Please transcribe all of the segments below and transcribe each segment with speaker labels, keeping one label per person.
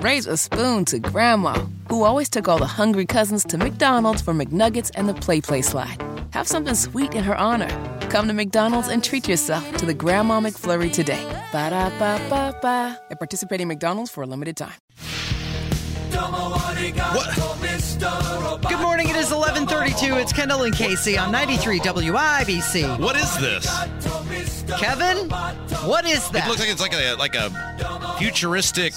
Speaker 1: raise a spoon to Grandma, who always took all the hungry cousins to McDonald's for McNuggets and the Play Play slide. Have something sweet in her honor. Come to McDonald's and treat yourself to the Grandma McFlurry today. Ba da ba ba ba. At participating McDonald's for a limited time.
Speaker 2: What?
Speaker 3: Good morning. It is 11:32. It's Kendall and Casey on 93 WIBC.
Speaker 4: What is this?
Speaker 3: Kevin, what is
Speaker 4: It
Speaker 3: that?
Speaker 4: looks like it's like a like a futuristic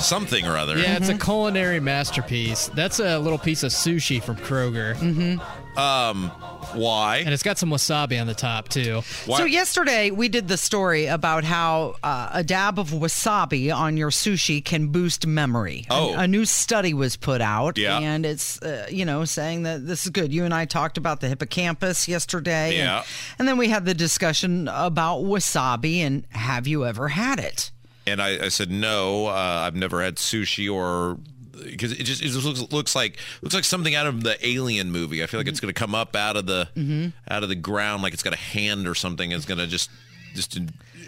Speaker 4: something or other.
Speaker 5: Yeah, it's a culinary masterpiece. That's a little piece of sushi from Kroger,
Speaker 4: Mm-hmm.
Speaker 5: and
Speaker 4: Um, why?
Speaker 5: it's got some wasabi on the top too.
Speaker 4: Why?
Speaker 3: So yesterday we did the story about how uh, a dab of wasabi on your sushi can boost memory. A-
Speaker 4: Oh.
Speaker 3: a, new study was put out,
Speaker 4: Yeah.
Speaker 3: and it's uh, you know saying that this is good. You and I talked about the hippocampus yesterday,
Speaker 4: Yeah.
Speaker 3: and, and then we had the discussion about wasabi and have you ever had it?
Speaker 4: And I, I said no. Uh, I've never had sushi or because it just it just looks, looks like looks like something out of the Alien movie. I feel like
Speaker 5: Mm-hmm.
Speaker 4: it's going to come up out of the out of the ground like it's got a hand or something. It's going to just just.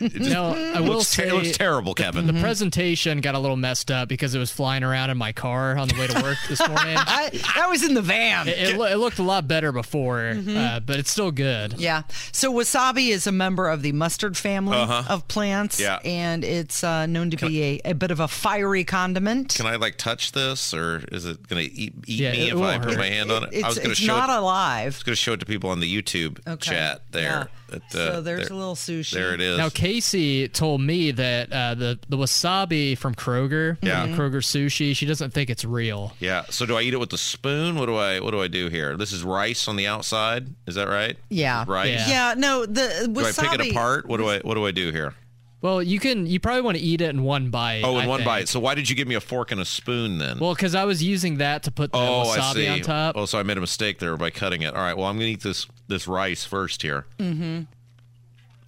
Speaker 4: It just
Speaker 5: Now, I will
Speaker 4: Mm-hmm. looks, ter- mm-hmm.
Speaker 5: say Mm-hmm.
Speaker 4: it looks terrible, Kevin.
Speaker 5: The presentation got a little messed up because it was flying around in my car on the way to work this morning.
Speaker 3: I, that was in the van.
Speaker 5: It, it, loo- it looked a lot better before, uh,
Speaker 4: Mm-hmm.
Speaker 5: but it's still good.
Speaker 3: Yeah. So wasabi is a member of the mustard family of plants.
Speaker 4: Uh-huh. Yeah.
Speaker 3: And it's uh, known to be a, a bit of a fiery condiment.
Speaker 4: Can I like touch this, or is it going to eat, eat
Speaker 5: Yeah,
Speaker 4: me
Speaker 5: it
Speaker 4: if I
Speaker 5: won't
Speaker 4: put
Speaker 5: hurt.
Speaker 4: my hand on it? I
Speaker 3: it's
Speaker 4: was going to
Speaker 3: it's
Speaker 4: show
Speaker 3: not
Speaker 4: it,
Speaker 3: alive.
Speaker 4: going to show it to people on the YouTube chat there.
Speaker 3: Yeah.
Speaker 4: At, uh,
Speaker 3: so there's
Speaker 4: there-
Speaker 3: a little sushi.
Speaker 4: There it is.
Speaker 5: Now Casey told me that uh, the the wasabi from Kroger,
Speaker 4: Yeah.
Speaker 5: from Kroger sushi, she doesn't think it's real.
Speaker 4: Yeah. So do I eat it with a spoon? What do I What do I do here? This is rice on the outside. Is that right?
Speaker 3: Yeah.
Speaker 4: Rice.
Speaker 5: Yeah.
Speaker 3: Yeah. No, the
Speaker 4: Do I
Speaker 3: wasabi.
Speaker 4: pick it apart? What do I What do I do here?
Speaker 5: Well, you can you probably want to eat it in one bite.
Speaker 4: Oh, in
Speaker 5: I
Speaker 4: one
Speaker 5: think.
Speaker 4: bite. So why did you give me a fork and a spoon then?
Speaker 5: Well, because I was using that to put the
Speaker 4: oh, I
Speaker 5: wasabi
Speaker 4: see.
Speaker 5: on top.
Speaker 4: Oh, so I made a mistake there by cutting it. All right. Well, I'm gonna eat this this rice first here.
Speaker 5: Mm.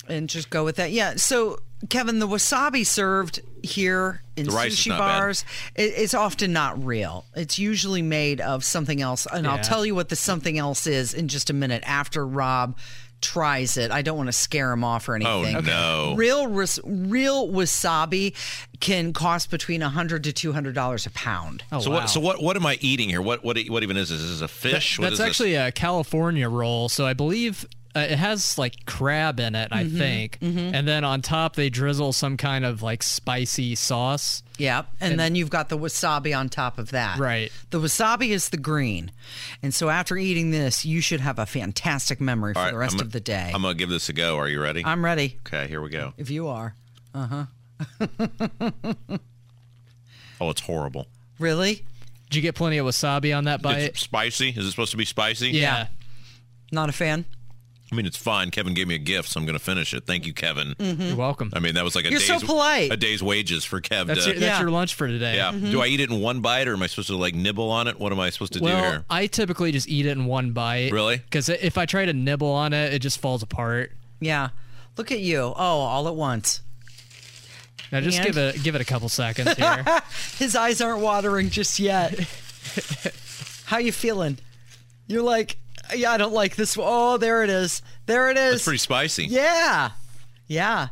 Speaker 3: And just go with that. Yeah. So, Kevin, the wasabi served here in
Speaker 4: The rice is
Speaker 3: sushi
Speaker 4: not bad.
Speaker 3: bars is it's often not real. It's usually made of something else. And I'll
Speaker 5: Yeah.
Speaker 3: tell you what the something else is in just a minute after Rob tries it. I don't want to scare him off or
Speaker 4: Oh
Speaker 3: anything.
Speaker 4: no.
Speaker 3: Real ris- real wasabi can cost between a hundred to two hundred dollars a pound.
Speaker 5: Oh,
Speaker 4: So
Speaker 5: wow.
Speaker 4: what? So what? What am I eating here? What? What? What even is this? Is this a fish? What
Speaker 5: That's
Speaker 4: is this?
Speaker 5: actually a California roll. So I believe uh, it has like crab in it, I
Speaker 3: Mm-hmm.
Speaker 5: think. And then on top, they drizzle some kind of like spicy sauce.
Speaker 3: Yep. And, then you've got the wasabi on top of that.
Speaker 5: Right.
Speaker 3: The wasabi is the green. And so after eating this, you should have a fantastic memory for
Speaker 4: All right,
Speaker 3: the rest
Speaker 4: I'm gonna-
Speaker 3: of the day.
Speaker 4: I'm gonna give this a go. Are you ready?
Speaker 3: I'm ready
Speaker 4: okay. Here we go.
Speaker 3: if you are.
Speaker 4: Oh, it's horrible.
Speaker 3: Really?
Speaker 5: Did you get plenty of wasabi on that
Speaker 4: It's
Speaker 5: bite?
Speaker 4: spicy. Is it supposed to be spicy?
Speaker 5: yeah.
Speaker 3: Not a fan?
Speaker 4: I mean, it's fine. Kevin gave me a gift, so I'm going to finish it. Thank you, Kevin.
Speaker 5: You're welcome.
Speaker 4: I mean, that was like a
Speaker 3: Mm-hmm. You're
Speaker 4: day's
Speaker 3: so polite. mm-hmm.
Speaker 4: a day's wages for Kev.
Speaker 5: That's,
Speaker 4: to,
Speaker 5: your, that's
Speaker 3: Yeah.
Speaker 5: your lunch for today.
Speaker 4: yeah. Do I eat it in one bite, or am I supposed to like nibble on it? What am I supposed to do
Speaker 5: Well,
Speaker 4: here?
Speaker 5: I typically just eat it in one bite.
Speaker 4: Really?
Speaker 5: Because if I try to nibble on it, it just falls apart.
Speaker 3: Yeah. Look at you. Oh, all at once.
Speaker 5: Now just
Speaker 3: And-
Speaker 5: give it give it a couple seconds here.
Speaker 3: His eyes aren't watering just yet. How you feeling? You're like, yeah, I don't like this. one. Oh, there it is. There it
Speaker 4: That's
Speaker 3: is.
Speaker 4: pretty spicy.
Speaker 3: yeah. Yeah.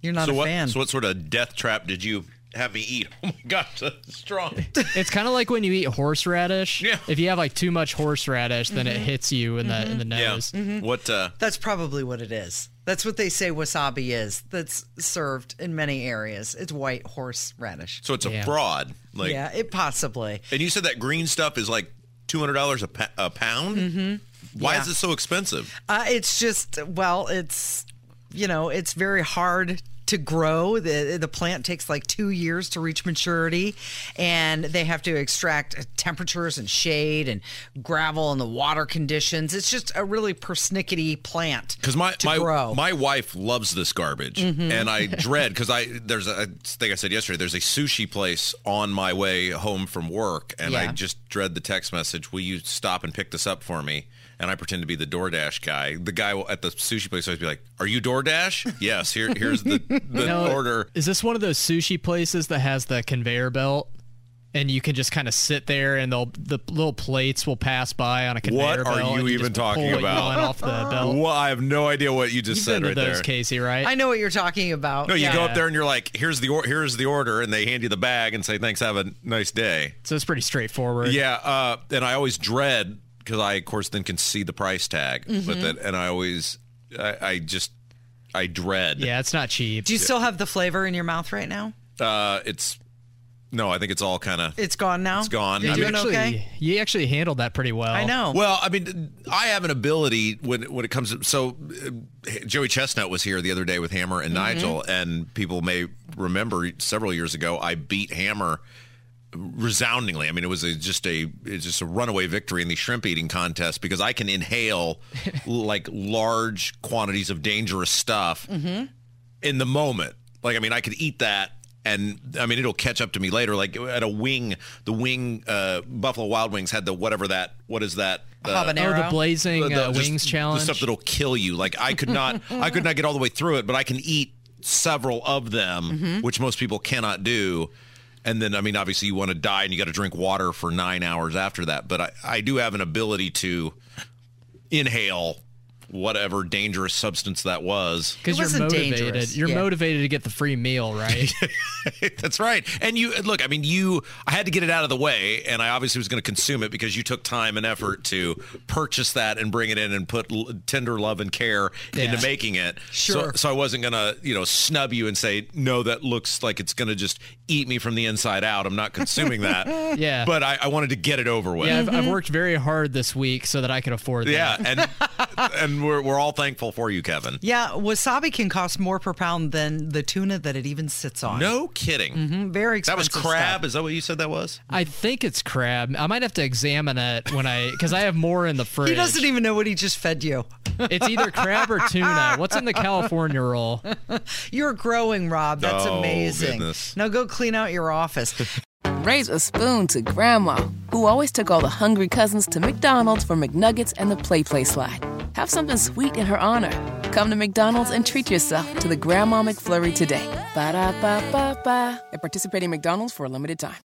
Speaker 3: You're not
Speaker 4: So
Speaker 3: a
Speaker 4: what?
Speaker 3: fan.
Speaker 4: So what sort of death trap did you have me eat? Oh my god, that's strong.
Speaker 5: It's kind of like when you eat horseradish.
Speaker 4: Yeah.
Speaker 5: If you have like too much horseradish, then
Speaker 3: Mm-hmm.
Speaker 5: it hits you in the in the nose.
Speaker 4: What? Uh,
Speaker 3: That's probably what it is. That's what they say wasabi is. That's served in many areas. It's white horseradish.
Speaker 4: so it's a
Speaker 5: Yeah.
Speaker 4: fraud. Like,
Speaker 3: yeah, it possibly.
Speaker 4: and you said that green stuff is like two hundred dollars a pa- a pound. Mm-hmm. Why is
Speaker 3: Yeah.
Speaker 4: it so expensive?
Speaker 3: Uh, it's just well, it's you know, it's very hard to grow. The the plant takes like two years to reach maturity, and they have to extract temperatures and shade and gravel and the water conditions. It's just a really persnickety plant.
Speaker 4: Because my
Speaker 3: to
Speaker 4: my,
Speaker 3: grow. Mm-hmm.
Speaker 4: my wife loves this garbage, and I dread because I there's a I think I said yesterday there's a sushi place on my way home from work, and I
Speaker 3: Yeah.
Speaker 4: just dread the text message. Will you stop and pick this up for me? And I pretend to be the DoorDash guy. The guy will- at the sushi place always be like, "Are you DoorDash? yes. Here here's the the
Speaker 5: No,
Speaker 4: order."
Speaker 5: Is this one of those sushi places that has the conveyor belt? and you can just kind of sit there, and they'll the little plates will pass by on a conveyor
Speaker 4: What are
Speaker 5: belt,
Speaker 4: you
Speaker 5: and
Speaker 4: even
Speaker 5: just pull
Speaker 4: talking
Speaker 5: it
Speaker 4: about?
Speaker 5: one off the belt.
Speaker 4: Well, I have no idea what you just
Speaker 5: You've
Speaker 4: said
Speaker 5: been to
Speaker 4: right
Speaker 5: those,
Speaker 4: there.
Speaker 5: Casey, right?
Speaker 3: I know what you're talking about.
Speaker 4: No, you
Speaker 3: yeah.
Speaker 4: go up there and you're like, "Here's the or- here's the order," and they hand you the bag and say, "Thanks, have a nice day."
Speaker 5: so it's pretty straightforward.
Speaker 4: Yeah, uh, and I always dread because I, of course, then can see the price tag with it, and I always, I, I just, I dread.
Speaker 5: yeah, it's not cheap.
Speaker 3: Do you still have the flavor in your mouth right now?
Speaker 4: Uh, it's no, I think it's all kind of
Speaker 3: It's gone now.
Speaker 4: it's gone. Oh,
Speaker 3: You're
Speaker 4: I
Speaker 3: doing
Speaker 4: mean,
Speaker 5: actually,
Speaker 3: okay?
Speaker 5: you actually handled that pretty well.
Speaker 3: I know.
Speaker 4: Well, I mean, I have an ability when when it comes to so uh, Joey Chestnut was here the other day with Hammer and Nigel, and people may remember several years ago I beat Hammer resoundingly. I mean, it was a, just a it's just a runaway victory in the shrimp eating contest because I can inhale like large quantities of dangerous stuff in the moment. Like, I mean, I could eat that. And I mean, it'll catch up to me later. Like at a wing, the wing, uh, Buffalo Wild Wings had the whatever that, what is that? Uh,
Speaker 5: Oh,
Speaker 3: Habanero.
Speaker 5: the blazing uh,
Speaker 4: just
Speaker 5: wings challenge.
Speaker 4: The stuff that'll kill you. Like I could not, I could not get all the way through it, but I can eat several of them,
Speaker 5: Mm-hmm.
Speaker 4: which most people cannot do. And then, I mean, obviously, you want to die, and you got to drink water for nine hours after that. But I, I do have an ability to inhale whatever dangerous substance that was.
Speaker 5: because
Speaker 3: It
Speaker 5: you're
Speaker 3: wasn't
Speaker 5: motivated.
Speaker 3: dangerous.
Speaker 5: You're
Speaker 3: Yeah.
Speaker 5: motivated to get the free meal, right?
Speaker 4: That's right. And you look, I mean, you I had to get it out of the way and I obviously was going to consume it because you took time and effort to purchase that and bring it in and put l- tender love and care into making it.
Speaker 3: Sure.
Speaker 4: So, so I wasn't going to, you know, snub you and say, "No, that looks like it's going to just eat me from the inside out. I'm not consuming that."
Speaker 5: Yeah.
Speaker 4: But I, I wanted to get it over with.
Speaker 5: yeah, I've,
Speaker 3: Mm-hmm.
Speaker 5: I've worked very hard this week so that I could afford that.
Speaker 4: Yeah, and and we're we're all thankful for you, Kevin.
Speaker 3: yeah, wasabi can cost more per pound than the tuna that it even sits on.
Speaker 4: No kidding.
Speaker 3: Very
Speaker 4: That
Speaker 3: expensive.
Speaker 4: was crab.
Speaker 3: stuff.
Speaker 4: Is that what you said that was?
Speaker 5: I think it's crab. I might have to examine it when I because I have more in the fridge.
Speaker 3: He doesn't even know what he just fed you.
Speaker 5: It's either crab or tuna. What's in the California roll?
Speaker 3: You're growing, Rob. That's
Speaker 4: Oh,
Speaker 3: amazing.
Speaker 4: goodness.
Speaker 3: Now go clean out your office.
Speaker 1: Raise a spoon to Grandma, who always took all the hungry cousins to McDonald's for McNuggets and the Play Play Slide. Have something sweet in her honor. Come to McDonald's and treat yourself to the Grandma McFlurry today. Ba da ba ba ba. At participating McDonald's for a limited time.